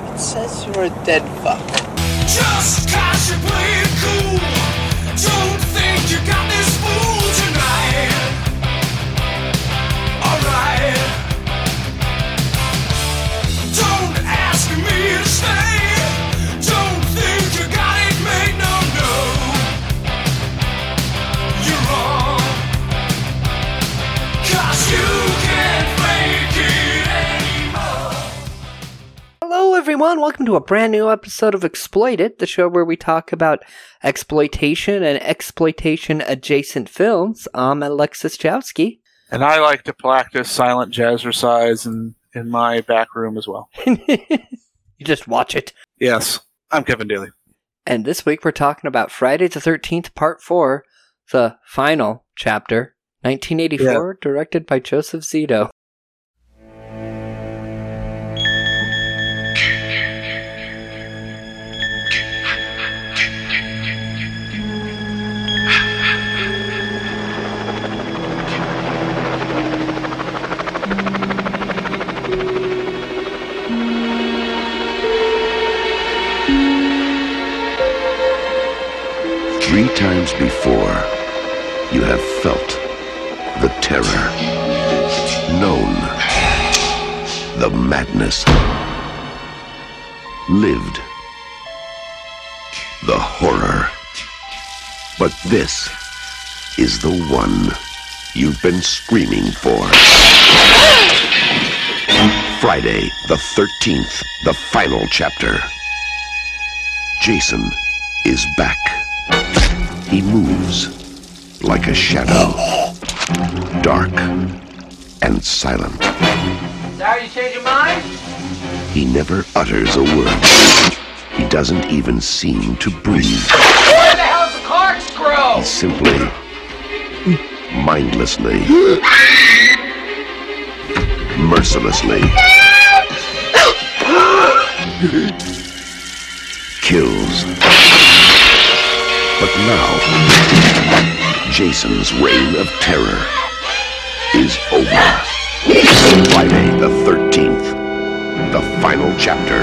that says you're a dead fuck. Just cause you're playing cool. Don't think you got this fool tonight. Alright. Don't ask me to stay. Don't think you got it made. No, no. You're wrong. Cause you can't fake it anymore. Hello, everyone. Welcome to a brand new episode of Exploited, the show where we talk about exploitation and exploitation adjacent films. I'm Alexis Chowsky. And I like to practice silent jazzercise in, in my back room as well. you just watch it. Yes, I'm Kevin Daly. And this week we're talking about Friday the 13th, Part 4, the final chapter, 1984, directed by Joseph Zito. Three times before, you have felt the terror, known the madness, lived the horror. But this is the one you've been screaming for. Friday, the 13th, the final chapter. Jason is back. He moves like a shadow, dark and silent. Sorry you changed your mind? He never utters a word. He doesn't even seem to breathe. Where the hell's the corkscrew? He simply, mindlessly, mercilessly kills. But now, Jason's reign of terror is over. Friday the 13th, the final chapter.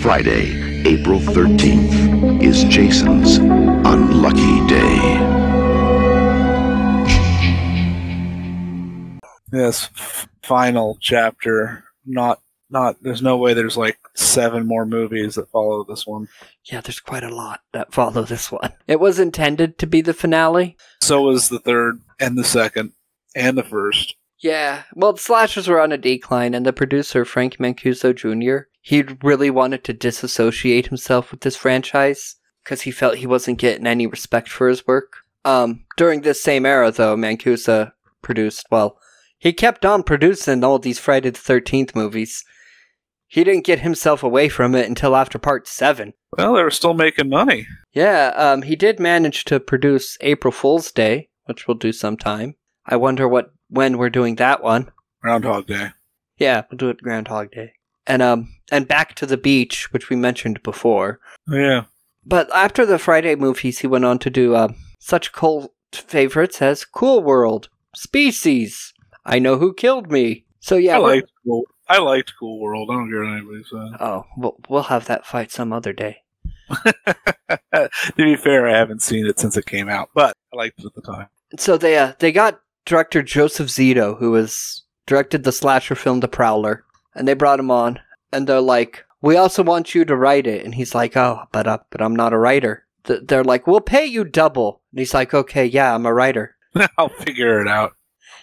Friday, April 13th, is Jason's unlucky day. This f- final chapter, not not. There's no way. There's like seven more movies that follow this one. Yeah, there's quite a lot that follow this one. It was intended to be the finale. So was the third and the second and the first. Yeah, well, the slashers were on a decline, and the producer, Frank Mancuso Jr., he really wanted to disassociate himself with this franchise because he felt he wasn't getting any respect for his work. Um, during this same era, though, Mancuso produced, well, he kept on producing all these Friday the 13th movies. He didn't get himself away from it until after part 7. Well, they were still making money. Yeah, um, he did manage to produce April Fool's Day, which we'll do sometime. I wonder what when we're doing that one. Groundhog Day. Yeah, we'll do it Groundhog Day. And um and back to the beach, which we mentioned before. Yeah. But after the Friday movies, he went on to do um, such cult favorites as Cool World, Species, I Know Who Killed Me. So yeah, I we're- liked. Cool, I liked Cool World. I don't care what anybody says. oh, we'll, we'll have that fight some other day. to be fair, I haven't seen it since it came out, but I liked it at the time. So they uh, they got director Joseph Zito, who has directed the slasher film The Prowler, and they brought him on, and they're like, "We also want you to write it," and he's like, "Oh, but uh, but I'm not a writer." Th- They're like, "We'll pay you double," and he's like, "Okay, yeah, I'm a writer." I'll figure it out.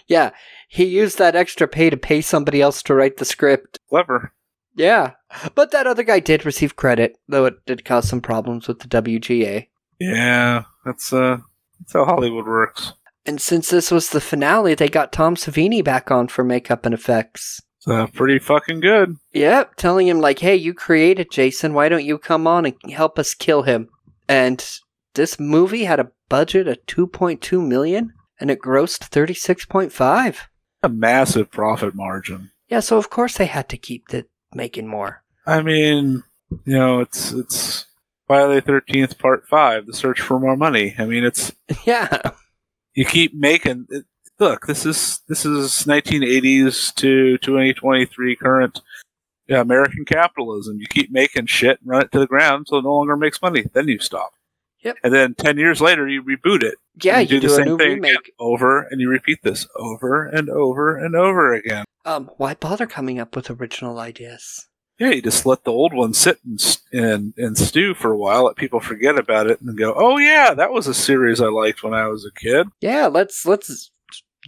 Yeah, he used that extra pay to pay somebody else to write the script. Clever. Yeah, but that other guy did receive credit, though it did cause some problems with the WGA. Yeah, that's uh, that's how Hollywood works. And since this was the finale, they got Tom Savini back on for makeup and effects. It's uh, pretty fucking good. Yep, telling him like, "Hey, you created Jason. Why don't you come on and help us kill him?" And this movie had a budget of 2.2 million and it grossed 36.5. A massive profit margin. Yeah, so of course they had to keep the making more. I mean, you know, it's it's Friday Thirteenth Part Five: The Search for More Money. I mean, it's yeah. you keep making. It, look, this is this is 1980s to 2023 current. Yeah, American capitalism. You keep making shit and run it to the ground until it no longer makes money. Then you stop. Yep. And then 10 years later, you reboot it. Yeah, and you do, a new again, remake. over and you repeat this over and over and over again. Um, why bother coming up with original ideas? Yeah, you just let the old one sit and, s- and, and stew for a while, let people forget about it, and go, oh, yeah, that was a series I liked when I was a kid. Yeah, let's let's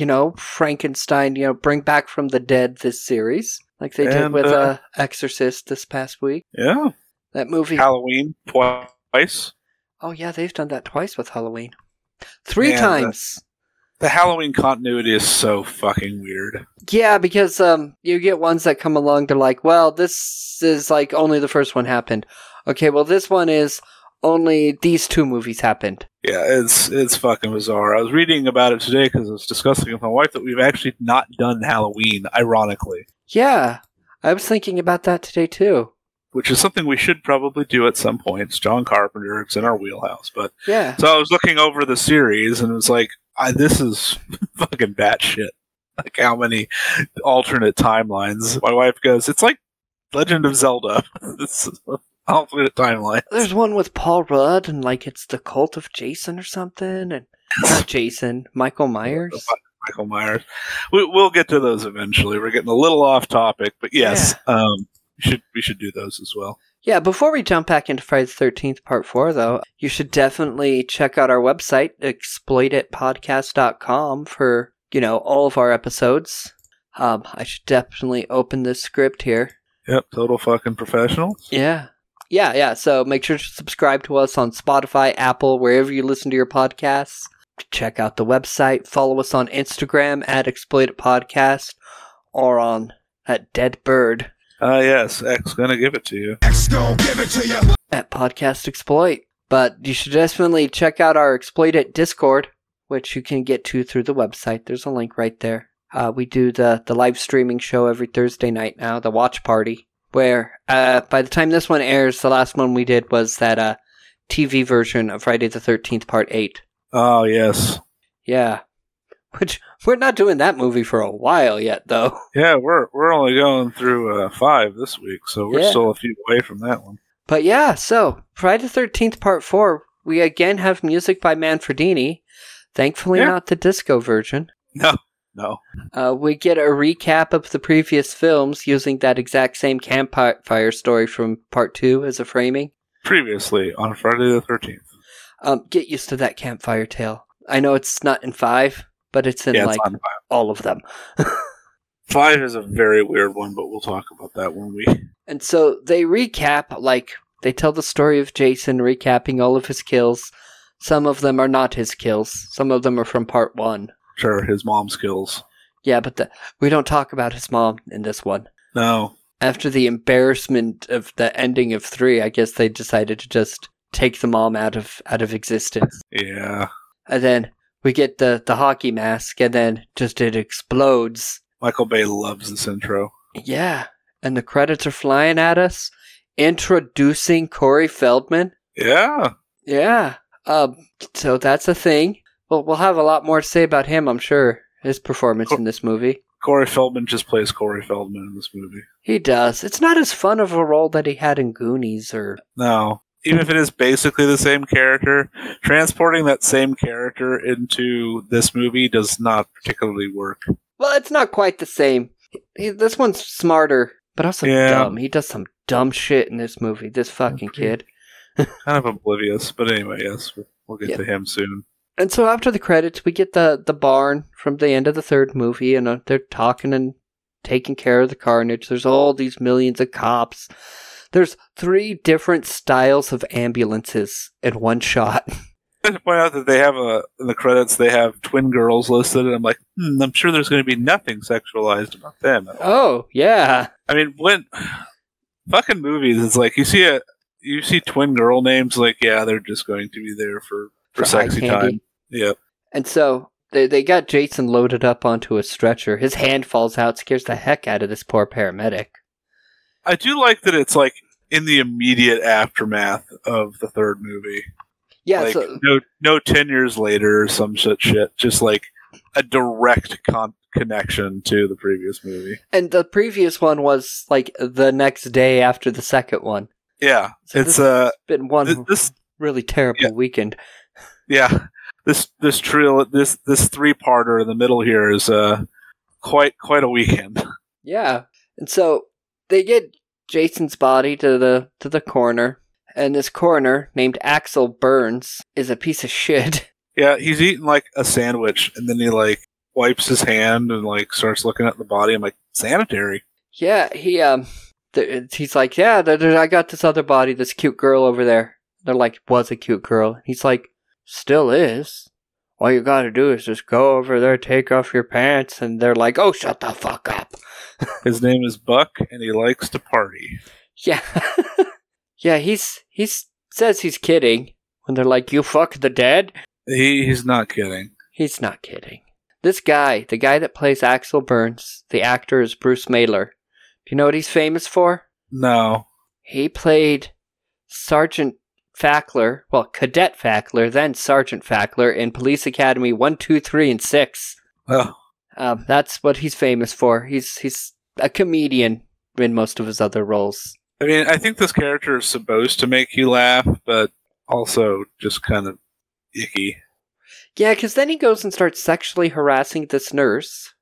you know Frankenstein. You know, bring back from the dead this series, like they did And, with uh, uh, Exorcist this past week. Yeah. That movie. Halloween twice. oh yeah, they've done that twice with Halloween. Three Man, times. The Halloween continuity is so fucking weird. Yeah, because um, you get ones that come along. They're like, well, this is like only the first one happened. Okay, well, this one is only these two movies happened. Yeah, it's it's fucking bizarre. I was reading about it today because I was discussing with my wife that we've actually not done Halloween, ironically, Yeah, I was thinking about that today too. which is something we should probably do at some point. It's John Carpenter, it's in our wheelhouse. But Yeah, so I was looking over the series and it's like, I, this is fucking batshit. Like how many alternate timelines? My wife goes, it's like Legend of Zelda. this is an alternate timeline. there's one with Paul Rudd and like it's the Cult of Jason or something, and not Jason, Michael Myers. Michael Myers. We, we'll get to those eventually. We're getting a little off topic, but yes, um, we should we should do those as well. Yeah, before we jump back into Friday the Thirteenth Part Four, though, you should definitely check out our website, exploititpodcast.com, for you know all of our episodes. Um, I should definitely open this script here. Yep, total fucking professional. Yeah. Yeah, yeah. So make sure to subscribe to us on Spotify, Apple, wherever you listen to your podcasts. Check out the website. Follow us on Instagram at Exploited Podcast or on at Dead Bird Ah, yes, X gonna give it to you. X gon' give it to you. at Podcast Exploit. But you should definitely check out our Exploit It Discord, which you can get to through the website. There's a link right there. Uh, we do the, the live streaming show every Thursday night now, the watch party, where uh, by the time this one airs, the last one we did was that uh, TV version of Friday the 13th, Part 8. Oh yes, Yeah. Which we're not doing that movie for a while yet, though. yeah. We're we're only going through uh, five this week, so we're Yeah. still a few away from that one. But yeah, so Friday the 13th, part four, we again have music by Manfredini. Thankfully, Yeah. not the disco version. No, Uh, we get a recap of the previous films using that exact same campfire story from part two as a framing. previously on Friday the thirteenth. Um, get used to that campfire tale. I know it's not in five, but it's in Yeah, like it's on five. all of them. Five is a very weird one, but we'll talk about that when we. And so they recap, like, they tell the story of Jason recapping all of his kills. Some of them are not his kills, some of them are from part one. Sure, his mom skills. Yeah, but the, we don't talk about his mom in this one. No, After the embarrassment of the ending of three, I guess they decided to just take the mom out of out of existence. yeah. And then we get the the hockey mask, and then just it explodes. Michael Bay loves this intro. Yeah, and the credits are flying at us, introducing Corey Feldman. Yeah. Yeah, um, so that's a thing. Well, we'll have a lot more to say about him, I'm sure. His performance in this movie. Corey Feldman just plays Corey Feldman in this movie. He does. It's not as fun of a role that he had in Goonies or No. Even if it is basically the same character, transporting that same character into this movie does not particularly work. Well, it's not quite the same. He- This one's smarter, but also Yeah. dumb. He does some dumb shit in this movie. This fucking Okay. kid. Kind of oblivious, but anyway, yes, we'll- we'll get Yeah. to him soon. And so after the credits, we get the the barn from the end of the third movie, and uh, they're talking and taking care of the carnage. There's all these millions of cops. There's three different styles of ambulances in one shot. I have to point out that they have a in the credits they have twin girls listed, and I'm like, hmm, I'm sure there's going to be nothing sexualized about them. Oh yeah, I mean, when fucking movies, it's like you see a you see twin girl names, like yeah, they're just going to be there for for, eye sexy candy. time. Yep. And so they they got Jason loaded up onto a stretcher. His hand falls out, scares the heck out of this poor paramedic. I do like that it's like in the immediate aftermath of the third movie. Yeah, like so no no ten years later or some such shit. Just like a direct con- connection to the previous movie. And the previous one was like the next day after the second one. Yeah, So it's this uh, has been one this, this really terrible Yeah. weekend. yeah, this this tril this this three parter in the middle here is uh, quite quite a weekend. Yeah. And so they get Jason's body to the to the coroner, and this coroner named Axel Burns is a piece of shit. Yeah, he's eating like a sandwich, and then he like wipes his hand and like starts looking at the body. I'm like, sanitary. Yeah, he um, th- he's like, yeah, th- th- I got this other body, this cute girl over there. They're like, was a cute girl. He's like, still is. All you gotta do is just go over there, take off your pants, and they're like, oh, shut the fuck up. His name is Buck, and he likes to party. Yeah, yeah, he's he's says he's kidding when they're like, you fuck the dead. He he's not kidding. He's not kidding. This guy, the guy that plays Axel Burns, the actor is Bruce Mailer. Do you know what he's famous for? No, He played Sergeant Fackler, well, Cadet Fackler, then Sergeant Fackler in Police Academy 1, 2, 3, and 6. well, Um, that's what he's famous for. He's he's a comedian in most of his other roles. I mean, I think this character is supposed to make you laugh, but also just kind of icky. Yeah, because then he goes and starts sexually harassing this nurse,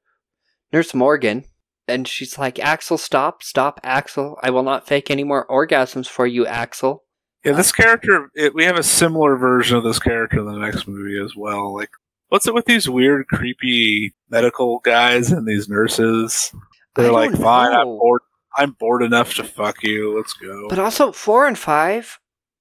Nurse Morgan, and she's like, Axel, stop, stop, Axel. I will not fake any more orgasms for you, Axel. Yeah, this Uh, character. It, we have a similar version of this character in the next movie as well. Like, what's it with these weird, creepy medical guys and these nurses? They're I like, don't fine, I'm know." bored. I'm bored enough to fuck you. Let's go. But also, four and five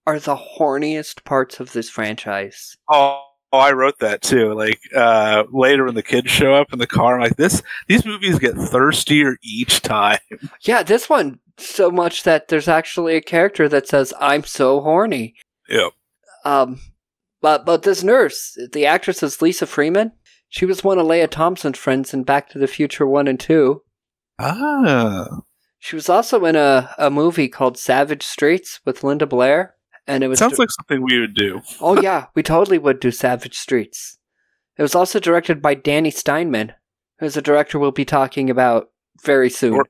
are the horniest parts of this franchise. Oh, oh, I wrote that too. Like uh, later when the kids show up in the car, I'm like, this. These movies get thirstier each time. Yeah, this one so much that there's actually a character that says, I'm so horny. Yep. Um, but but this nurse, the actress is Lisa Freeman. She was one of Leia Thompson's friends in Back to the Future One and Two. Ah, She was also in a, a movie called Savage Streets with Linda Blair, and it was sounds like something we would do. oh yeah, we totally would do Savage Streets. It was also directed by Danny Steinman, who's a director we'll be talking about very soon. Or-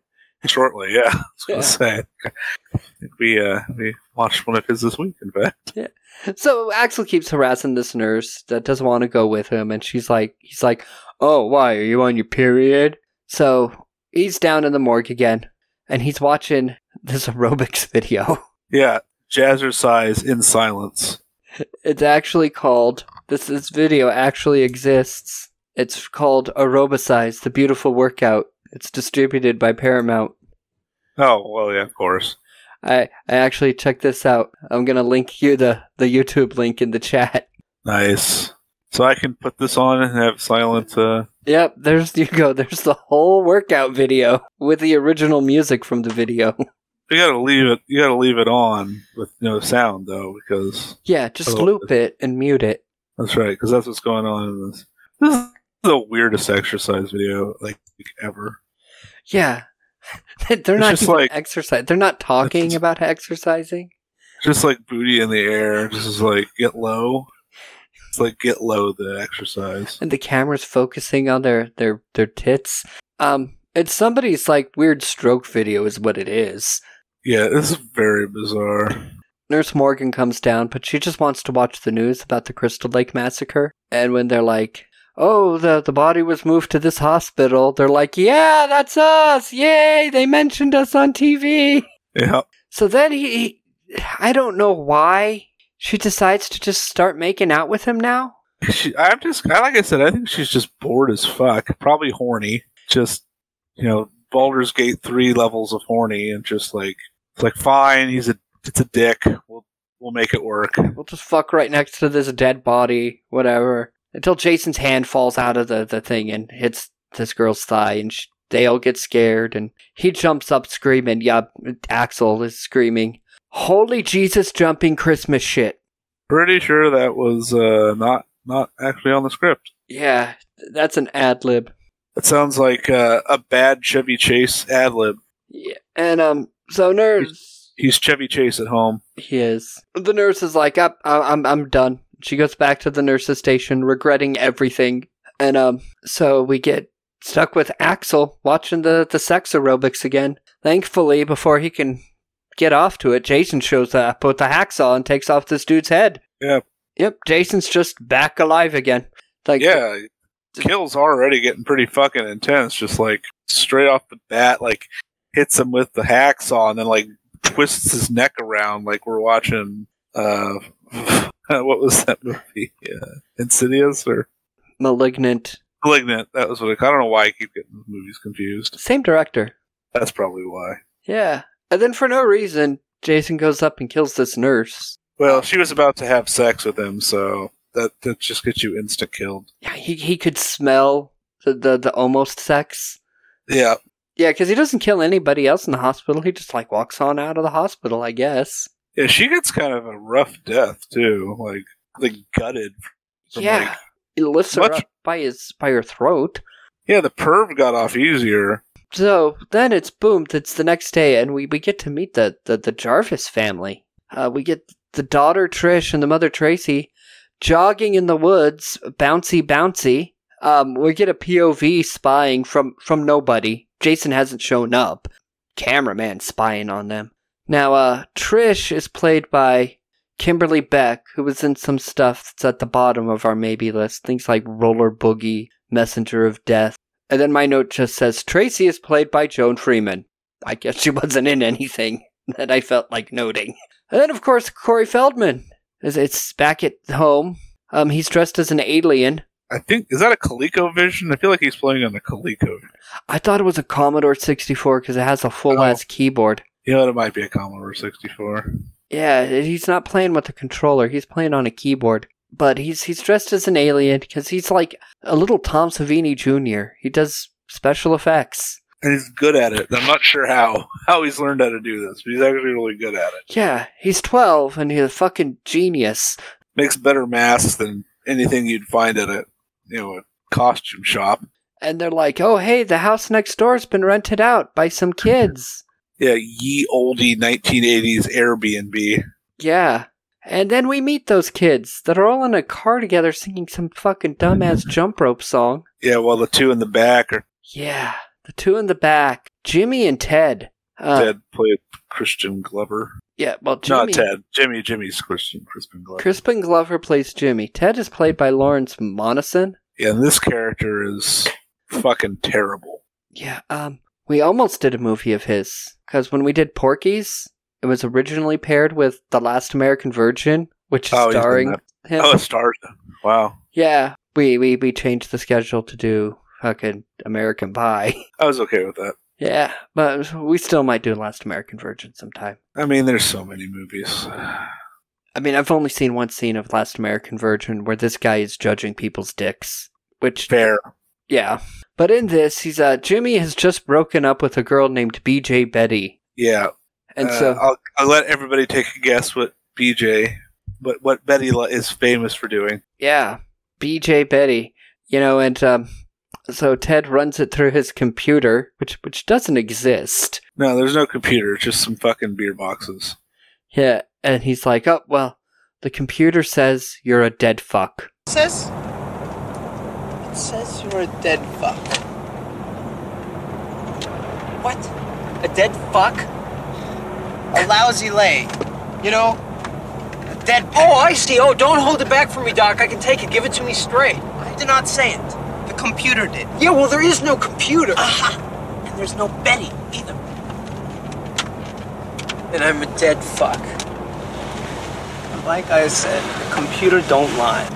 Shortly, yeah. I was gonna Yeah. say. I think We uh, we watched one of his this week, in fact. So Axel keeps harassing this nurse that doesn't want to go with him, and she's like, he's like, "Oh, why are you on your period?" So he's down in the morgue again, and he's watching this aerobics video. Yeah, jazzercise in silence. It's actually called this this video actually exists. It's called Aerobicize, the beautiful workout. It's distributed by Paramount. Oh well, yeah, of course. I, I actually checked this out. I'm gonna link you the, the YouTube link in the chat. Nice. So I can put this on and have silent. Uh, Yep, there's you go. There's the whole workout video with the original music from the video. you gotta leave it. You gotta leave it on with no sound though, because yeah, just Oh. loop it and mute it. That's right, because that's what's going on in this. This is the weirdest exercise video like ever. Yeah. They're not just even like- exercise. They're not talking just- about exercising. Just like booty in the air, just like get low. It's like get low the exercise. and the camera's focusing on their their their tits. Um, it's somebody's like weird stroke video is what it is. Yeah, this is very bizarre. Nurse Morgan comes down, but she just wants to watch the news about the Crystal Lake massacre. And when they're like, "Oh, the the body was moved to this hospital," they're like, "Yeah, that's us! Yay! They mentioned us on TV." Yeah, So then he, he I don't know why she decides to just start making out with him now. she, I'm just I- like I said. I think she's just bored as fuck. Probably horny. Just you know, Baldur's Gate three levels of horny, and just like it's like fine. He's a it's a dick. We'll we'll make it work. We'll just fuck right next to this dead body, whatever. Until Jason's hand falls out of the, the thing and hits this girl's thigh, and sh they all get scared, and he jumps up screaming. Yeah, Axel is screaming, Holy Jesus, jumping Christmas shit. Pretty sure that was uh, not not actually on the script. Yeah, that's an ad lib. That sounds like uh, a bad Chevy Chase ad lib. Yeah. And, um, so nurse. He's Chevy Chase at home. He is. The nurse is like, I'm, I'm, I'm done. She goes back to the nurse's station, regretting everything. And um, so we get stuck with Axel watching the, the sex aerobics again. Thankfully, before he can get off to it, Jason shows up with a hacksaw and takes off this dude's head. Yep. Yep, Jason's just back alive again. Like yeah, kills already getting pretty fucking intense. Just like straight off the bat, like hits him with the hacksaw and then like twists his neck around. Like we're watching. uh What was that movie? Yeah. Insidious or malignant. Malignant? That was what it, I don't know why I keep getting those movies confused. Same director. That's probably why. Yeah. And then for no reason, Jason goes up and kills this nurse. Well, she was about to have sex with him, so that that just gets you instant killed. Yeah, he he could smell the the, the almost sex. Yeah, Yeah, because he doesn't kill anybody else in the hospital. He just like walks on out of the hospital, I guess. yeah. She gets kind of a rough death too. Like like gutted. From yeah, Like, he lifts her Much- up by his by her throat. yeah, the perv got off easier. So then it's boom. It's the next day, and we, we get to meet the the, the Jarvis family. Uh, we get the daughter Trish and the mother Tracy jogging in the woods, bouncy bouncy. Um, we get a POV spying from from nobody. Jason hasn't shown up. Cameraman spying on them. Now, uh, Trish is played by Kimberly Beck, who was in some stuff that's at the bottom of our maybe list. Things like Roller Boogie, Messenger of Death. And then my note just says Tracy is played by Joan Freeman. I guess she wasn't in anything that I felt like noting. And then, of course, Corey Feldman. is It's back at home. Um, he's dressed as an alien. I think is that a ColecoVision? I feel like he's playing on the Coleco. I thought it was a Commodore 64 because it has a full ass keyboard. You know, it might be a Commodore sixty four. Yeah, he's not playing with a controller. He's playing on a keyboard. But he's he's dressed as an alien because he's like a little Tom Savini Jr. He does special effects. And he's good at it. I'm not sure how how he's learned how to do this, but he's actually really good at it. Yeah, he's 12 and he's a fucking genius. Makes better masks than anything you'd find at a you know a costume shop. and they're like, "Oh, hey, the house next door's been rented out by some kids." Yeah, ye oldie 1980s Airbnb. yeah. And then we meet those kids that are all in a car together singing some fucking dumbass jump rope song. Yeah, well, the two in the back are Yeah, the two in the back, Jimmy and Ted. Uh, Ted played Christian Glover. Yeah, well, Jimmy. Not Ted. Jimmy. Jimmy's Christian Crispin Glover. Crispin Glover plays Jimmy. Ted is played by Lawrence Monison. yeah, and this character is fucking terrible. Yeah, um, we almost did a movie of his because when we did Porky's, it was originally paired with The Last American Virgin, which is Oh, he's been starring that- him. Oh, it stars. Wow. Yeah, we, we, we changed the schedule to do fucking American Pie. I was okay with that. yeah, but we still might do Last American Virgin sometime. I mean, there's so many movies. I mean, I've only seen one scene of Last American Virgin where this guy is judging people's dicks, which, Fair. yeah. But in this, he's uh, Jimmy has just broken up with a girl named BJ Betty. Yeah. And uh, so, I'll, I'll let everybody take a guess what BJ, what what Betty Lo- is famous for doing. yeah, BJ Betty, you know, and um, so Ted runs it through his computer, which which doesn't exist. No, there's no computer. Just some fucking beer boxes. Yeah, and he's like, "Oh well, the computer says you're a dead fuck." says it says you're a dead fuck. What? A dead fuck? A lousy lay. You know? A dead Oh, I see. Oh, don't hold it back for me, Doc. I can take it. Give it to me straight. I did not say it. The computer did. Yeah, well there is no computer. Aha! And there's no Betty either. And I'm a dead fuck. Like I said, the computer don't lie.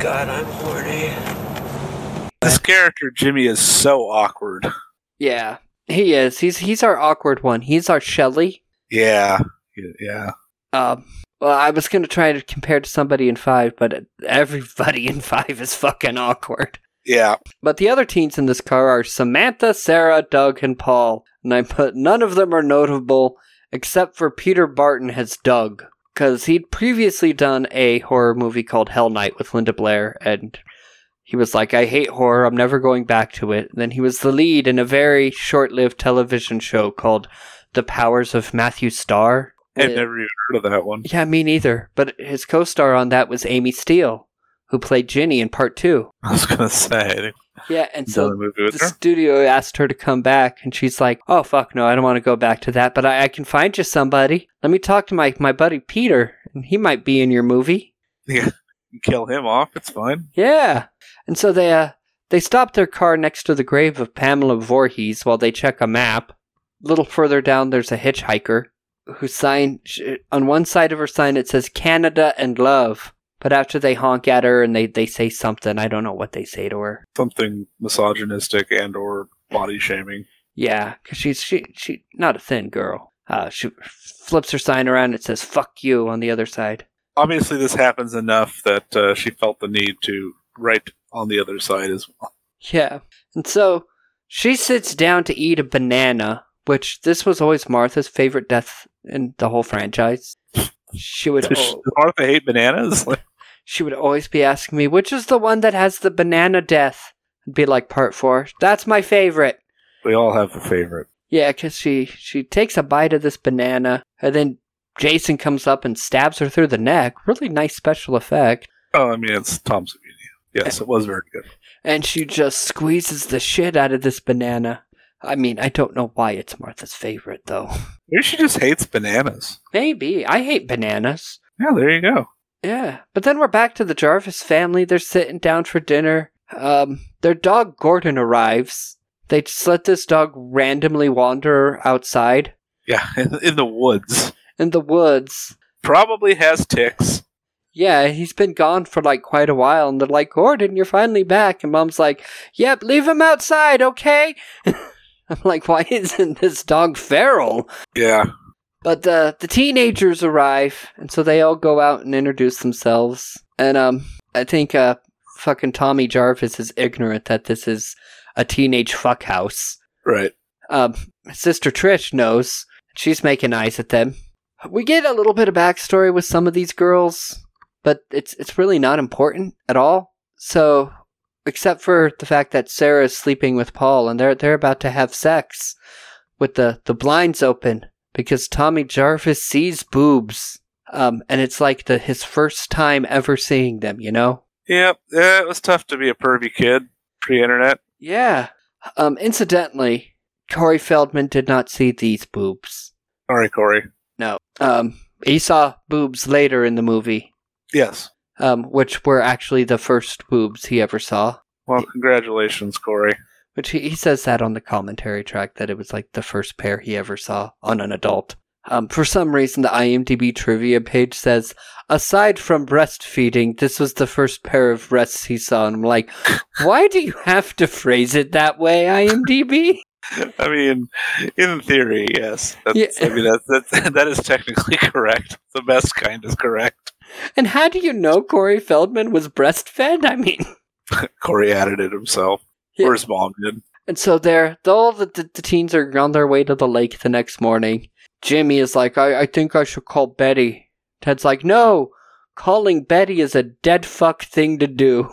God, I'm horny. This character Jimmy is so awkward. Yeah, he is. He's he's our awkward one. He's our Shelley. Yeah, yeah. Um, well, I was gonna try to compare to somebody in five, but everybody in five is fucking awkward. Yeah, But the other teens in this car are Samantha, Sarah, Doug, and Paul. And I put none of them are notable except for Peter Barton as Doug. Because he'd previously done a horror movie called Hell Night with Linda Blair, and he was like, I hate horror, I'm never going back to it. And then he was the lead in a very short lived television show called The Powers of Matthew Starr. I've Uh, never even heard of that one. Yeah, me neither. But his co star on that was Amy Steele, who played Ginny in part two. I was gonna say I think Yeah, and I've so done a movie with the her. studio asked her to come back and she's like oh fuck no i don't want to go back to that but I, I can find you somebody let me talk to my, my buddy peter and he might be in your movie You Kill him off. It's fine. yeah and so they uh they stop their car next to the grave of pamela voorhees while they check a map a little further down there's a hitchhiker whose sign sh- on one side of her sign it says canada and love but after they honk at her and they, they say something i don't know what they say to her Something misogynistic and or body shaming. Yeah, 'cause she's she she not a thin girl. Uh, she flips her sign around. It says "fuck you" on the other side. Obviously, this happens enough that uh, she felt the need to write on the other side as well. Yeah, and so she sits down to eat a banana, which this was always Martha's favorite death in the whole franchise. She would Does al- Oh. Martha hate bananas? Like, she would always be asking me, "Which is the one that has the banana death?" I'd be like, "Part four. That's my favorite." we all have a favorite. Yeah, 'cause she she takes a bite of this banana, and then Jason comes up and stabs her through the neck. Really nice special effect. Oh, I mean, it's Tom Savini. Yes, it was very good. And she just squeezes the shit out of this banana. I mean, I don't know why it's Martha's favorite though. Maybe she just hates bananas. Maybe I hate bananas. Yeah, there you go. Yeah, but then we're back to the Jarvis family. They're sitting down for dinner. Um, their dog Gordon arrives. They just let this dog randomly wander outside Yeah, in, in the woods. in the woods. Probably has ticks. Yeah, he's been gone for like quite a while, and they're like, Gordon, you're finally back. And mom's like, Yep, leave him outside, okay? I'm like, Why isn't this dog feral? Yeah. But the the teenagers arrive, and so they all go out and introduce themselves. And um, I think uh, fucking Tommy Jarvis is ignorant that this is a teenage fuckhouse. Right. Um, Sister Trish knows. She's making eyes at them. We get a little bit of backstory with some of these girls, but it's it's really not important at all. So, except for the fact that Sarah is sleeping with Paul and they're they're about to have sex with the the blinds open because Tommy Jarvis sees boobs. Um, and it's like the his first time ever seeing them, you know? Yeah, yeah, it was tough to be a pervy kid pre-internet. Yeah. Um, incidentally, Corey Feldman did not see these boobs. Sorry, Corey. um, he saw boobs later in the movie, Yes. um, which were actually the first boobs he ever saw. Well, congratulations, Corey. Which he, he says that on the commentary track that it was like the first pair he ever saw on an adult. Um, for some reason, the IMDb trivia page says, aside from breastfeeding, this was the first pair of breasts he saw. And I'm like, why do you have to phrase it that way, IMDb? I mean, in theory, yes. That's, Yeah. I mean, that, that, that is technically correct. The best kind is correct. and how do you know Corey Feldman was breastfed? I mean, Corey added it himself. Yeah. Or his mom did. And so there, the- all the, the, the teens are on their way to the lake the next morning. Jimmy is like, I, I think I should call Betty. Ted's like, no, calling Betty is a dead fuck thing to do.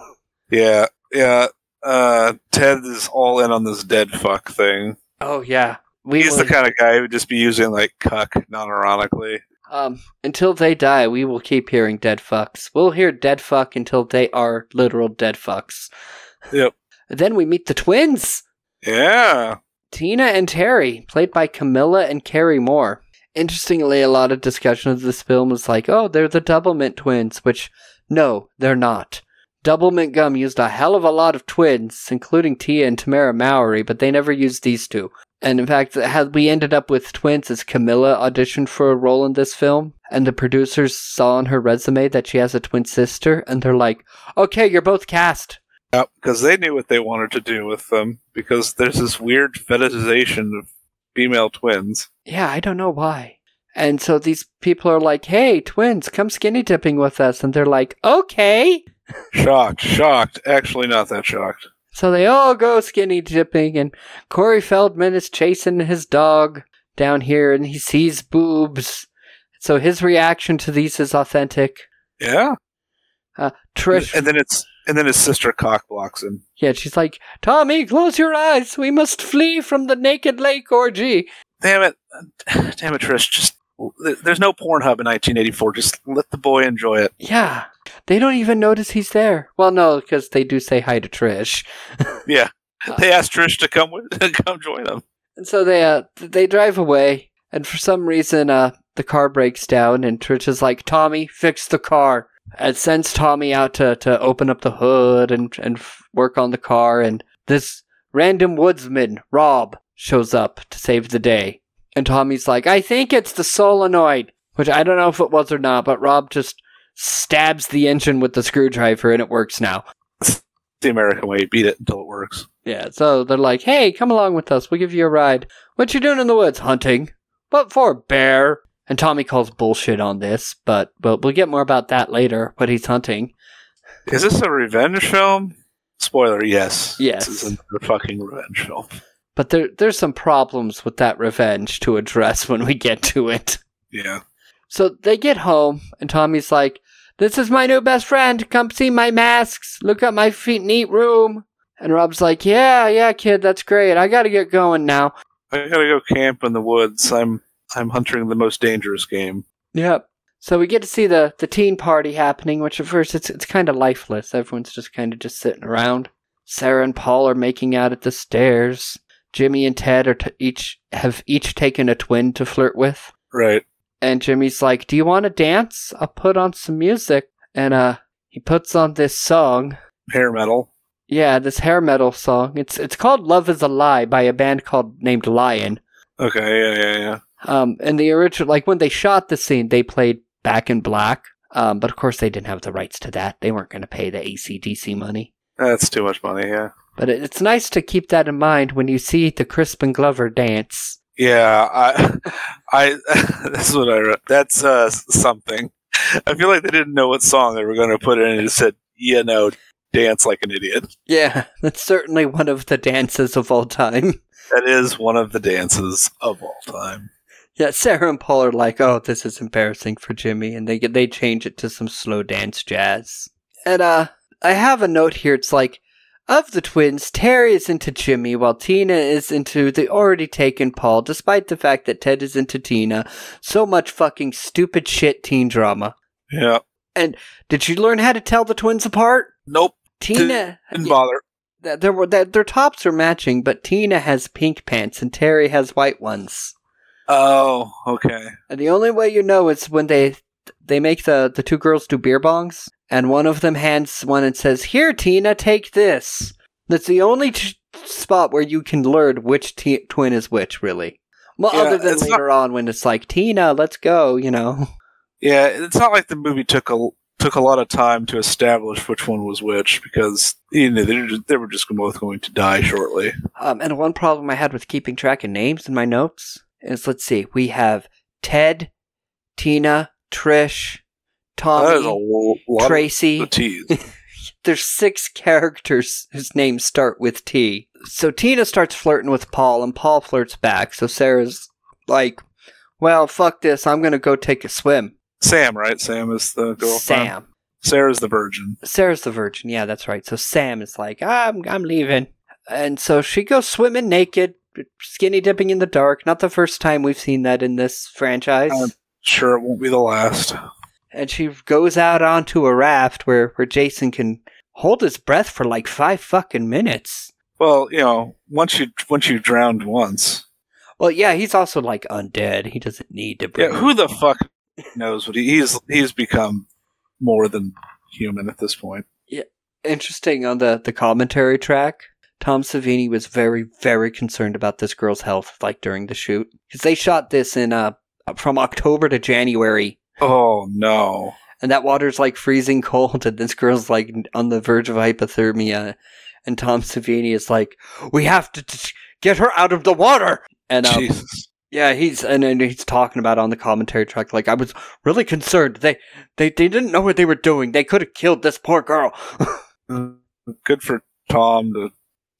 Yeah, yeah. Uh, Ted is all in on this dead fuck thing. Oh, yeah. We He's will- the kind of guy who would just be using like cuck non-ironically. um, until they die, we will keep hearing dead fucks. We'll hear dead fuck until they are literal dead fucks. Yep. And then we meet the twins. Yeah, Tina and Terry, played by Camilla and Carrie Moore. Interestingly, a lot of discussion of this film was like, oh, they're the Doublemint twins, which, no, they're not. Doublemint Gum used a hell of a lot of twins, including Tia and Tamara Mowry, but they never used these two. And in fact, had we ended up with twins as Camilla auditioned for a role in this film, and the producers saw on her resume that she has a twin sister, and they're like, okay, you're both cast. because they knew what they wanted to do with them. Because there's this weird fetishization of female twins. Yeah, I don't know why. And so these people are like, hey, twins, come skinny dipping with us. And they're like, okay. Shocked, shocked. Actually, not that shocked. So they all go skinny dipping, and Corey Feldman is chasing his dog down here, and he sees boobs. So his reaction to these is authentic. Yeah, Trish, and then it's and then his sister cock blocks him. yeah, she's like, Tommy, close your eyes. We must flee from the naked lake orgy. Damn it, damn it, Trish, just There- There's no Pornhub in 1984. Just let the boy enjoy it. Yeah. They don't even notice he's there. Well, no, because they do say hi to Trish. Yeah. They asked Trish to come with, come join them. And so they uh, they drive away, and for some reason, uh, the car breaks down, and Trish is like, "Tommy, fix the car," and sends Tommy out to, to open up the hood and and f- work on the car. And this random woodsman, Rob, shows up to save the day. And Tommy's like, "I think it's the solenoid," which I don't know if it was or not, but Rob just stabs the engine with the screwdriver, and it works now. The American way. Beat it until it works. Yeah, so they're like, hey, come along with us. We'll give you a ride. What you doing in the woods? Hunting. What for, bear? And Tommy calls bullshit on this, but, but we'll get more about that later, what he's hunting. Is this a revenge film? Spoiler: Yes. Yes. This is a fucking revenge film. But there, there's some problems with that revenge to address when we get to it. Yeah. So they get home, and Tommy's like, This is my new best friend. Come see my masks. Look at my feet neat room. And Rob's like, Yeah, yeah, kid, that's great. I gotta get going now. I gotta go camp in the woods. I'm I'm hunting the most dangerous game. Yep. So we get to see the the teen party happening, which at first it's it's kind of lifeless. Everyone's just kind of just sitting around. Sarah and Paul are making out at the stairs. Jimmy and Ted are t- each have each taken a twin to flirt with, Right. and Jimmy's like, "Do you want to dance? I'll put on some music." And uh, he puts on this song. Hair metal. Yeah, this hair metal song. It's it's called "Love Is a Lie" by a band called named Lion. Okay. Yeah. Yeah. Yeah. Um, and the original, like when they shot the scene, they played Back in Black. Um, but of course, they didn't have the rights to that. They weren't going to pay the ACDC money. That's too much money. Yeah. But it, it's nice to keep that in mind when you see the Crispin Glover dance. Yeah, I, I, that's what I wrote. That's uh, something. I feel like they didn't know what song they were going to put in, and just said, "You know, dance like an idiot." Yeah, that's certainly one of the dances of all time. That is one of the dances of all time. Yeah, Sarah and Paul are like, "Oh, this is embarrassing for Jimmy," and they they change it to some slow dance jazz. And uh, I have a note here. It's like, of the twins, Terry is into Jimmy, while Tina is into the already taken Paul. Despite the fact that Ted is into Tina, so much fucking stupid shit teen drama. Yeah. Did you learn how to tell the twins apart? Nope. Tina, Didn't bother. th- there were that their tops are matching, but Tina has pink pants and Terry has white ones. Oh, okay. And the only way you know is when they they make the the two girls do beer bongs, and one of them hands one and says, "Here, Tina, take this." That's the only t- spot where you can learn which t- twin is which, really. Well, Yeah, other than it's later on when it's like, "Tina, let's go," you know. Yeah, it's not like the movie took a took a lot of time to establish which one was which because you know they were just, they were just both going to die shortly. Um, and one problem I had with keeping track of names in my notes is, let's see, we have Ted, Tina, Trish, that is a Tommy, lo- lot Tracy. of tease. there's six characters whose names start with T. So Tina starts flirting with Paul, and Paul flirts back. So Sarah's like, "Well, fuck this. I'm gonna go take a swim." Sam, right? Sam is the girlfriend. Sam. Sarah's the virgin. Sarah's the virgin. Yeah, that's right. So Sam is like, "I'm I'm leaving," and so she goes swimming naked, skinny dipping in the dark. Not the first time we've seen that in this franchise. Um, Sure, it won't be the last. and she goes out onto a raft where where Jason can hold his breath for like five fucking minutes. Well, you know, once you once you drowned once, Well, yeah, he's also like undead. He doesn't need to breathe. yeah, who the fuck knows what he, he's he's become more than human at this point. Interesting on the the commentary track. Tom Savini was very very concerned about this girl's health, like during the shoot, because they shot this in uh from October to January, Oh no! and that water's like freezing cold, and this girl's like on the verge of hypothermia, and Tom Savini is like, "We have to t- get her out of the water," and um, Jesus, Yeah, he's and then he's talking about on the commentary track. Like I was really concerned. They they they didn't know what they were doing. They could have killed this poor girl. good for Tom to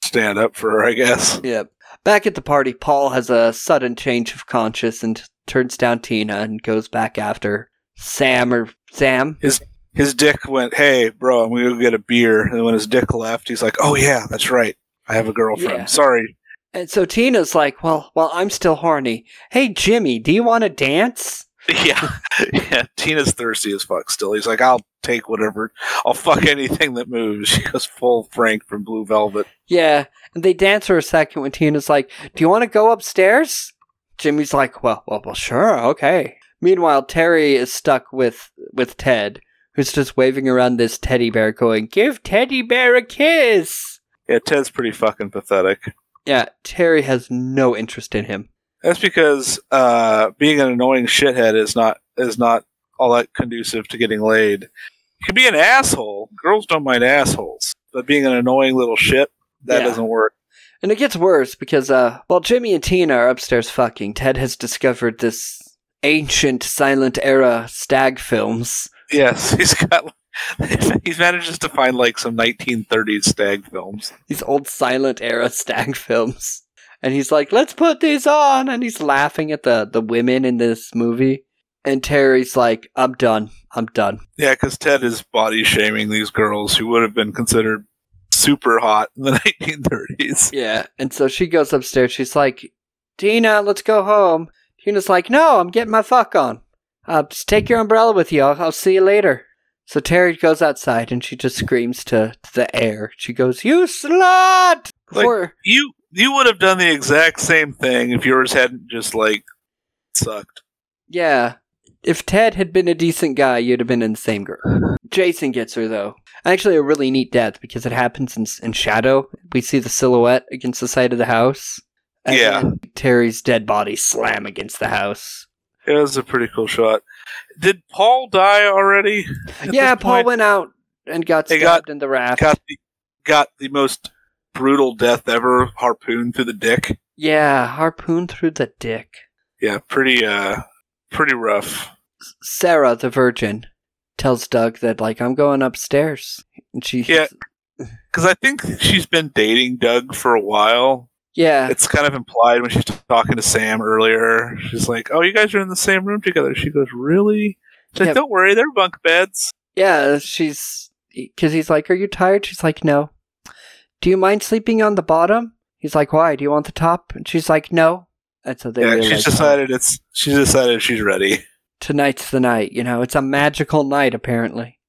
stand up for her, I guess. yeah. Back at the party, Paul has a sudden change of conscience and turns down Tina and goes back after Sam or Sam. His dick went, "Hey, bro, I'm gonna go get a beer." And when his dick left, he's like, "Oh yeah, that's right. I have a girlfriend. Yeah. Sorry." And so Tina's like, "Well, well, I'm still horny. Hey, Jimmy, do you want to dance?" Yeah, yeah. Tina's thirsty as fuck. Still, he's like, "I'll take whatever. I'll fuck anything that moves." She goes full Frank from Blue Velvet. Yeah, and they dance for a second when Tina's like, "Do you want to go upstairs?" Jimmy's like, "Well, well, well, sure, okay." Meanwhile, Terry is stuck with with Ted, who's just waving around this teddy bear, going, "Give teddy bear a kiss." Yeah, Ted's pretty fucking pathetic. Yeah, Terry has no interest in him. That's because uh, being an annoying shithead is not is not all that conducive to getting laid. You can be an asshole. Girls don't mind assholes, but being an annoying little shit that Yeah. doesn't work. And it gets worse because uh, while Jimmy and Tina are upstairs fucking, Ted has discovered this ancient silent era stag films. Yes, he's got. He's manages to find like some 1930s stag films. these old silent era stag films. And he's like, let's put these on. And he's laughing at the, the women in this movie. And Terry's like, I'm done. I'm done. Yeah, because Ted is body shaming these girls who would have been considered super hot in the 1930s. Yeah. And so she goes upstairs. She's like, Tina, let's go home. Tina's like, no, I'm getting my fuck on. Uh, just take your umbrella with you. I'll, I'll see you later. So Terry goes outside and she just screams to, to the air. She goes, you slut! Before, You you would have done the exact same thing if yours hadn't just like sucked. Yeah. If Ted had been a decent guy, you'd have been in the same group. Jason gets her, though. Actually, a really neat death because it happens in, in shadow. We see the silhouette against the side of the house. And Yeah. then Terry's dead body slam against the house. It was a pretty cool shot. Did Paul die already? At yeah, this Paul point, went out and got They stabbed got- in the raft. got the got the most brutal death ever, harpooned through the dick. yeah, harpoon through the dick. Yeah, pretty uh pretty rough. Sarah, the virgin, tells Doug that, like, I'm going upstairs. And she. Yeah. Because I think she's been dating Doug for a while, Yeah. it's kind of implied when she's talking to Sam earlier. She's like, "Oh, you guys are in the same room together." She goes, "Really?" She's like, Yep. "Don't worry, they're bunk beds." Yeah, she's because he's like, "Are you tired?" She's like, "No." Do you mind sleeping on the bottom? He's like, "Why? Do you want the top?" And she's like, "No." And so they Yeah, realize "Oh, she's decided it's she's decided she's ready. tonight's the night. You know, it's a magical night. Apparently,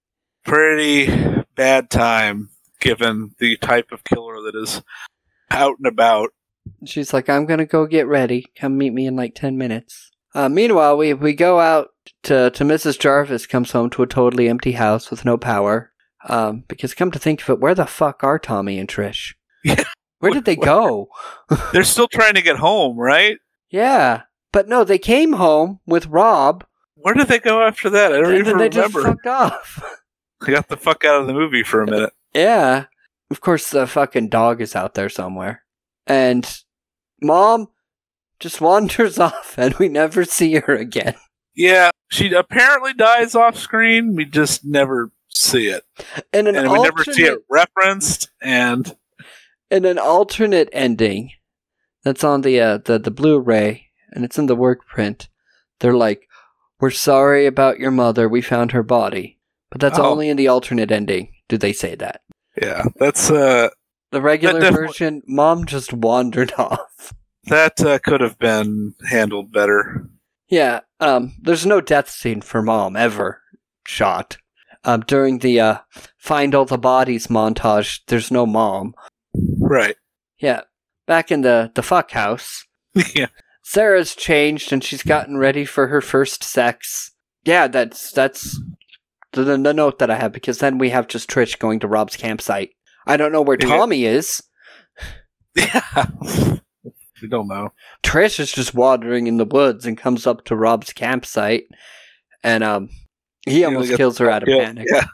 Pretty bad time given the type of killer that is out and about. she's like, "I'm gonna go get ready. Come meet me in like ten minutes." Uh, meanwhile, we we go out to to Mrs. Jarvis. Comes home to a totally empty house with no power. Um, because come to think of it, where the fuck are Tommy and Trish? Yeah. Where did they go? They're still trying to get home, right? Yeah. But no, they came home with Rob, Where did they go after that? I don't and even then they remember. just fucked off. They got the fuck out of the movie for a minute. yeah. Of course, the fucking dog is out there somewhere. And mom just wanders off, and we never see her again. Yeah, she apparently dies off screen. We just never see it. In an, and we never alternate, see it referenced. And in an alternate ending that's on the, uh, the, the Blu ray, and it's in the work print, they're like, We're sorry about your mother. We found her body. But that's Oh. only in the alternate ending do they say that. yeah, that's uh, The regular definitely- version, mom just wandered off. that uh, could have been handled better. Yeah, um, there's no death scene for mom ever shot. Um, during the uh, find all the bodies montage, there's no mom. Right? Yeah, back in the the fuck house, yeah. Sarah's changed and she's gotten ready for her first sex. Yeah, that's that's the, the, the note that I have because then we have just Trish going to Rob's campsite. I don't know where Yeah. Tommy is. Yeah. we don't know. Trish is just wandering in the woods and comes up to Rob's campsite, and um, he almost gets- kills her out of Yeah, panic. Yeah. yeah.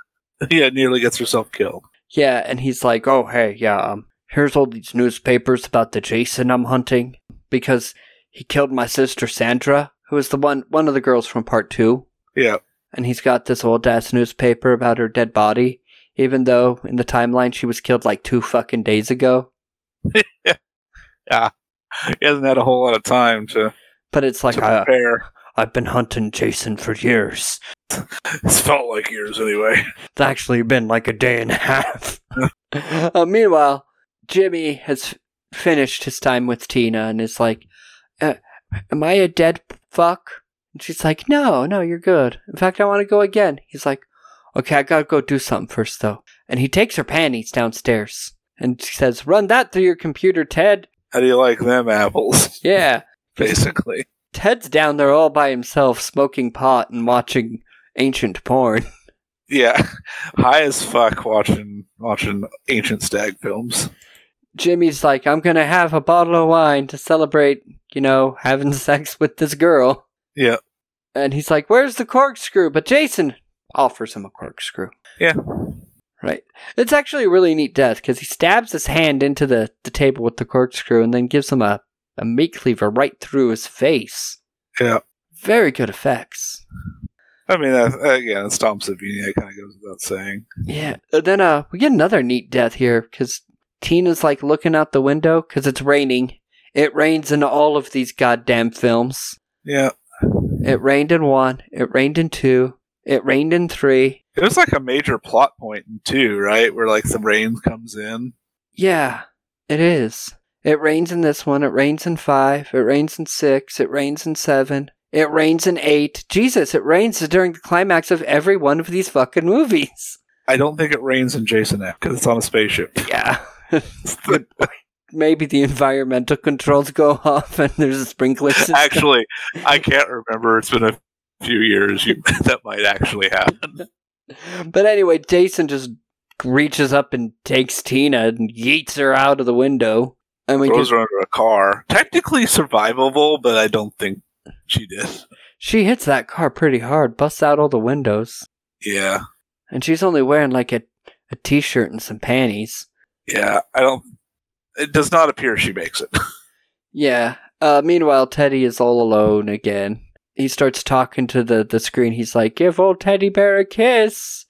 Yeah, nearly gets herself killed. and he's like, "Oh, hey, yeah, um, here's all these newspapers about the Jason I'm hunting because he killed my sister Sandra, who is the one one of the girls from part two, Yeah. and he's got this old ass newspaper about her dead body, even though in the timeline she was killed like two fucking days ago." He hasn't had a whole lot of time to, But it's like uh, to I, prepare. I've been hunting Jason for years. It's felt like years anyway. It's actually been like a day and a half. uh, meanwhile, Jimmy has f- finished his time with Tina and is like, uh, Am I a dead fuck? And she's like, No, no, you're good. In fact, I want to go again. He's like, Okay, I gotta go do something first, though. And he takes her panties downstairs. And she says, Run that through your computer, Ted. How do you like them apples? Yeah. Basically. Ted's down there all by himself, smoking pot and watching ancient porn. Yeah. High as fuck watching watching ancient stag films. Jimmy's like, I'm gonna have a bottle of wine to celebrate, you know, having sex with this girl. Yeah. And he's like, Where's the corkscrew? But Jason offers him a corkscrew. Yeah. Right. It's actually a really neat death because he stabs his hand into the, the table with the corkscrew and then gives him a, a meat cleaver right through his face. Yeah. Very good effects. I mean, that, again, it's Tom Savini. It kind of goes without saying. Yeah. And then uh, we get another neat death here because Tina's like looking out the window because it's raining. It rains in all of these goddamn films. Yeah. It rained in one. It rained in two. It rained in three. It was like a major plot point in two, right? Where like the rain comes in. Yeah, it is. It rains in this one. It rains in five. It rains in six. It rains in seven. It rains in eight. Jesus, it rains during the climax of every one of these fucking movies. I don't think it rains in Jason F because it's on a spaceship. Yeah. Maybe the environmental controls go off and there's a sprinkler system. actually, I can't remember. It's been a few years. You, that might actually happen. But anyway, Jason just reaches up and takes Tina and yeets her out of the window. And we Throws get, her under a car. Technically survivable, but I don't think she did. she hits that car pretty hard, busts out all the windows, Yeah, and she's only wearing like a, a t shirt and some panties. yeah. I don't. It does not appear she makes it. Yeah. Uh, meanwhile, Teddy is all alone again. He starts talking to the, the screen. He's like, Give old teddy bear a kiss.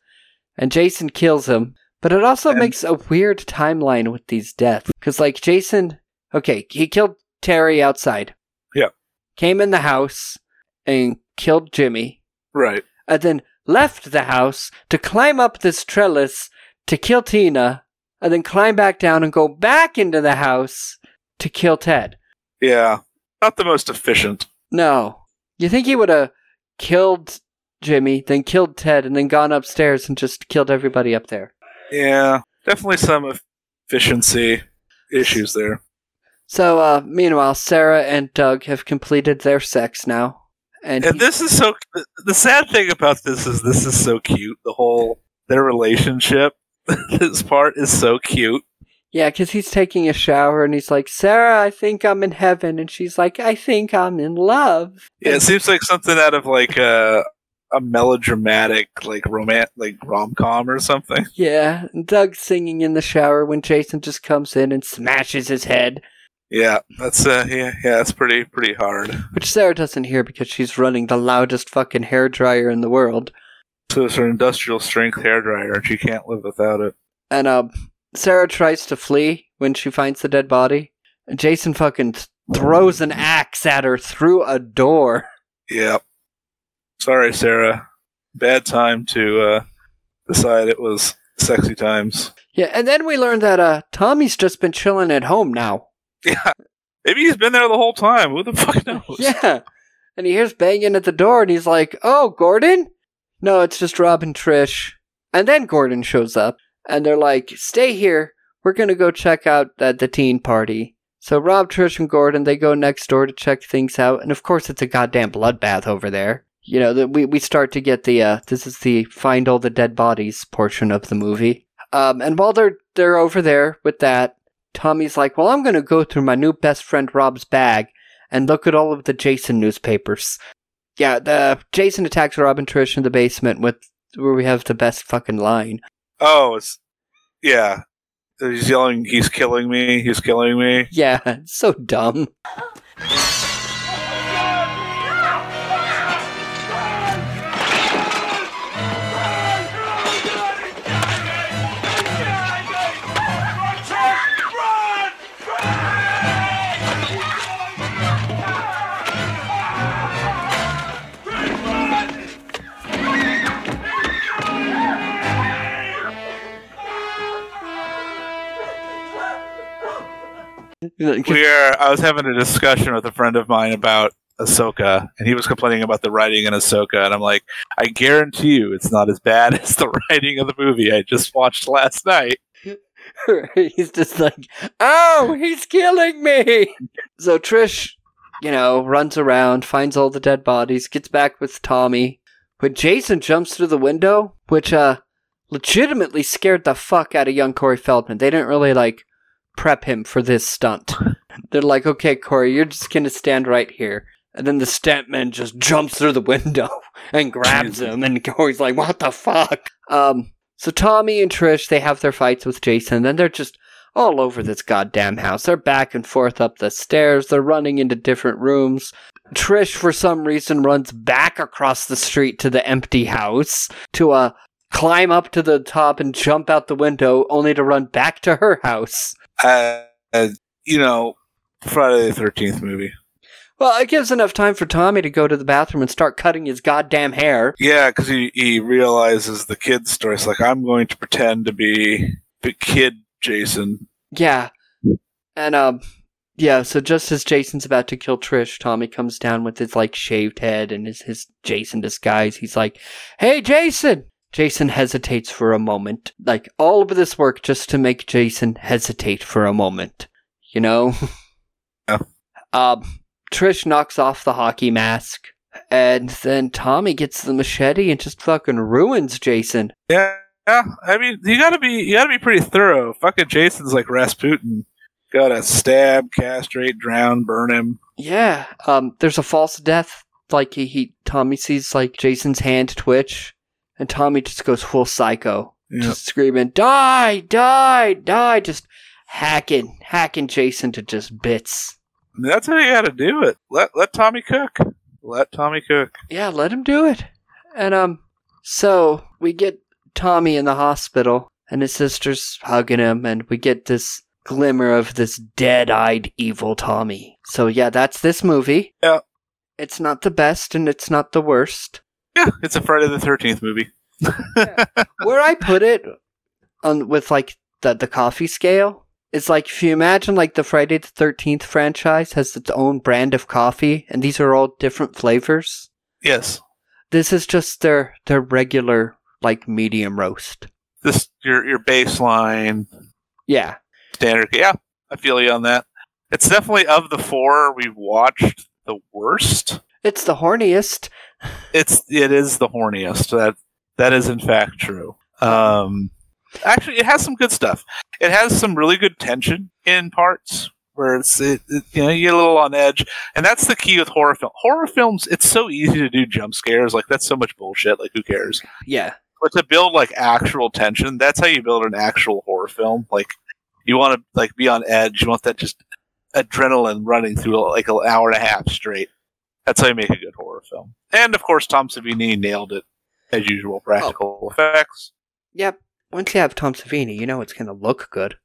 And Jason kills him. But it also And- makes a weird timeline with these deaths. Because, like, Jason, okay, he killed Terry outside. Yeah. Came in the house and killed Jimmy. Right. And then left the house to climb up this trellis to kill Tina. And then climb back down and go back into the house to kill Ted. Yeah. Not the most efficient. No. You think he would have killed Jimmy, then killed Ted, and then gone upstairs and just killed everybody up there. Yeah. Definitely some efficiency issues there. So, uh, meanwhile, Sarah and Doug have completed their sex now. And, And he- this is so. the- The sad thing about this is this is so cute. The whole their relationship. this part is so cute. yeah, because he's taking a shower and he's like, Sarah, I think I'm in heaven. And she's like, I think I'm in love. Yeah, it seems like something out of like a a melodramatic like romance like rom com or something. Yeah, and Doug's singing in the shower when Jason just comes in and smashes his head, Yeah, that's uh yeah, yeah, that's pretty pretty hard which Sarah doesn't hear because she's running the loudest fucking hairdryer in the world. So it's her industrial strength hairdryer and she can't live without it. And uh, Sarah tries to flee when she finds the dead body. And Jason fucking th- throws an axe at her through a door. Yeah. Sorry, Sarah. Bad time to uh decide it was sexy times. Yeah, and then we learn that uh, Tommy's just been chilling at home now. Yeah. Maybe he's been there the whole time. Who the fuck knows? Yeah. And he hears banging at the door and he's like, Oh, Gordon? No, it's just Rob and Trish. And then Gordon shows up and they're like, Stay here. We're going to go check out uh, the teen party. So Rob, Trish, and Gordon, they go next door to check things out. And of course, it's a goddamn bloodbath over there. You know, that we, we start to get the, uh, this is the find all the dead bodies portion of the movie. Um, and while they're, they're over there with that, Tommy's like, well, I'm going to go through my new best friend Rob's bag and look at all of the Jason newspapers. Yeah, the Jason attacks Rob and Trish in the basement with where we have the best fucking line. Oh, it's yeah. He's yelling, he's killing me, he's killing me. Yeah, it's so dumb. we are i was having a discussion with a friend of mine about Ahsoka, and he was complaining about the writing in Ahsoka, and I'm like, I guarantee you, it's not as bad as the writing of the movie I just watched last night. he's just like, oh, he's killing me. So Trish, you know, runs around, finds all the dead bodies, gets back with Tommy. But Jason jumps through the window, which uh legitimately scared the fuck out of young Corey Feldman. They didn't really like prep him for this stunt. They're like, okay, Corey, you're just gonna stand right here. And then the stuntman just jumps through the window and grabs him, and Corey's like, what the fuck? Um, so Tommy and Trish, they have their fights with Jason, then they're just all over this goddamn house. They're back and forth up the stairs, they're running into different rooms. Trish, for some reason, runs back across the street to the empty house to uh, climb up to the top and jump out the window, only to run back to her house. Uh, uh, you know, Friday the Thirteenth movie. Well, it gives enough time for Tommy to go to the bathroom and start cutting his goddamn hair. Yeah, because he, he realizes the kid story. It's like I'm going to pretend to be the kid Jason. Yeah. And um yeah, so just as Jason's about to kill Trish, Tommy comes down with his like shaved head and his his Jason disguise. He's like, "Hey Jason." Jason hesitates for a moment. Like all of this work just to make Jason hesitate for a moment. You know? Yeah. Um Trish knocks off the hockey mask and then Tommy gets the machete and just fucking ruins Jason. Yeah, yeah. I mean, you gotta be you gotta be pretty thorough. Fucking Jason's like Rasputin. Gotta stab, castrate, drown, burn him. Yeah. Um. There's a false death. Like he, he Tommy sees like Jason's hand twitch, and Tommy just goes full psycho, Yeah. just screaming, "Die! Die! Die!" Just hacking, hacking Jason to just bits. That's how you gotta do it. Let let Tommy cook. Let Tommy cook. Yeah, let him do it. And um, so we get Tommy in the hospital, and his sister's hugging him, and we get this glimmer of this dead-eyed evil Tommy. So yeah, that's this movie. Yeah. It's not the best, and it's not the worst. Yeah, it's a Friday the Thirteenth movie. where I put it on with like the the coffee scale is like if you imagine like the Friday the Thirteenth franchise has its own brand of coffee, and these are all different flavors. Yes, This is just their their regular like medium roast. this your your baseline Yeah, standard. Yeah, I feel you on that. It's definitely of the four we've watched the worst. it's the horniest. It's it is the horniest. That that is in fact true. Um, actually, it has some good stuff. It has some really good tension in parts where it's it, it, you know you get a little on edge, and that's the key with horror film. Horror films, it's so easy to do jump scares. Like that's so much bullshit. Like who cares? Yeah, but to build like actual tension that's how you build an actual horror film like you want to like be on edge you want that just adrenaline running through like an hour and a half straight that's how you make a good horror film and of course tom savini nailed it as usual practical effects yep. Once you have Tom Savini, you know it's gonna look good.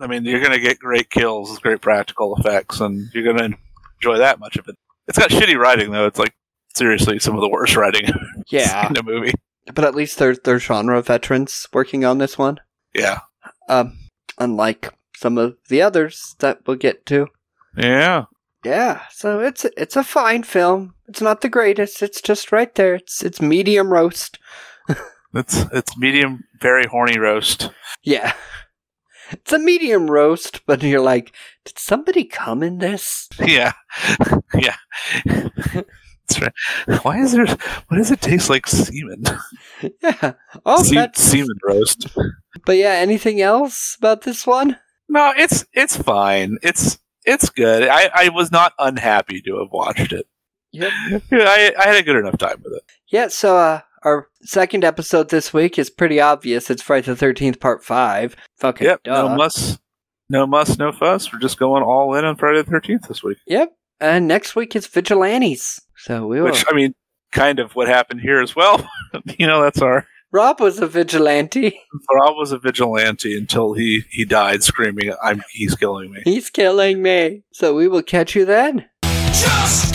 i mean you're going to get great kills with great practical effects and you're going to enjoy that much of it it's got shitty writing though it's like seriously some of the worst writing Yeah, in a movie but at least they're they're genre veterans working on this one. yeah Um, unlike some of the others that we'll get to. yeah Yeah, so it's it's a fine film. It's not the greatest. It's just right there. It's it's medium roast. it's it's medium very horny roast Yeah. It's a medium roast, but you're like, did somebody come in this? Yeah, yeah. That's right. Why is there? Why does it taste like semen? Yeah. Oh, Se- that, semen roast. but yeah, anything else about this one? No, it's it's fine. It's it's good. I, I was not unhappy to have watched it. Yep. Yeah, I I had a good enough time with it. Yeah, so uh, our second episode this week is pretty obvious. It's Friday the 13th, part 5. Fucking yep. duh. No muss, no muss, no fuss. We're just going all in on Friday the Thirteenth this week. yep. And next week is Vigilantes. So we will. Which I mean, kind of what happened here as well. you know, that's our Rob was a vigilante. Rob was a vigilante until he he died screaming, "I'm he's killing me." He's killing me. So we will catch you then. Just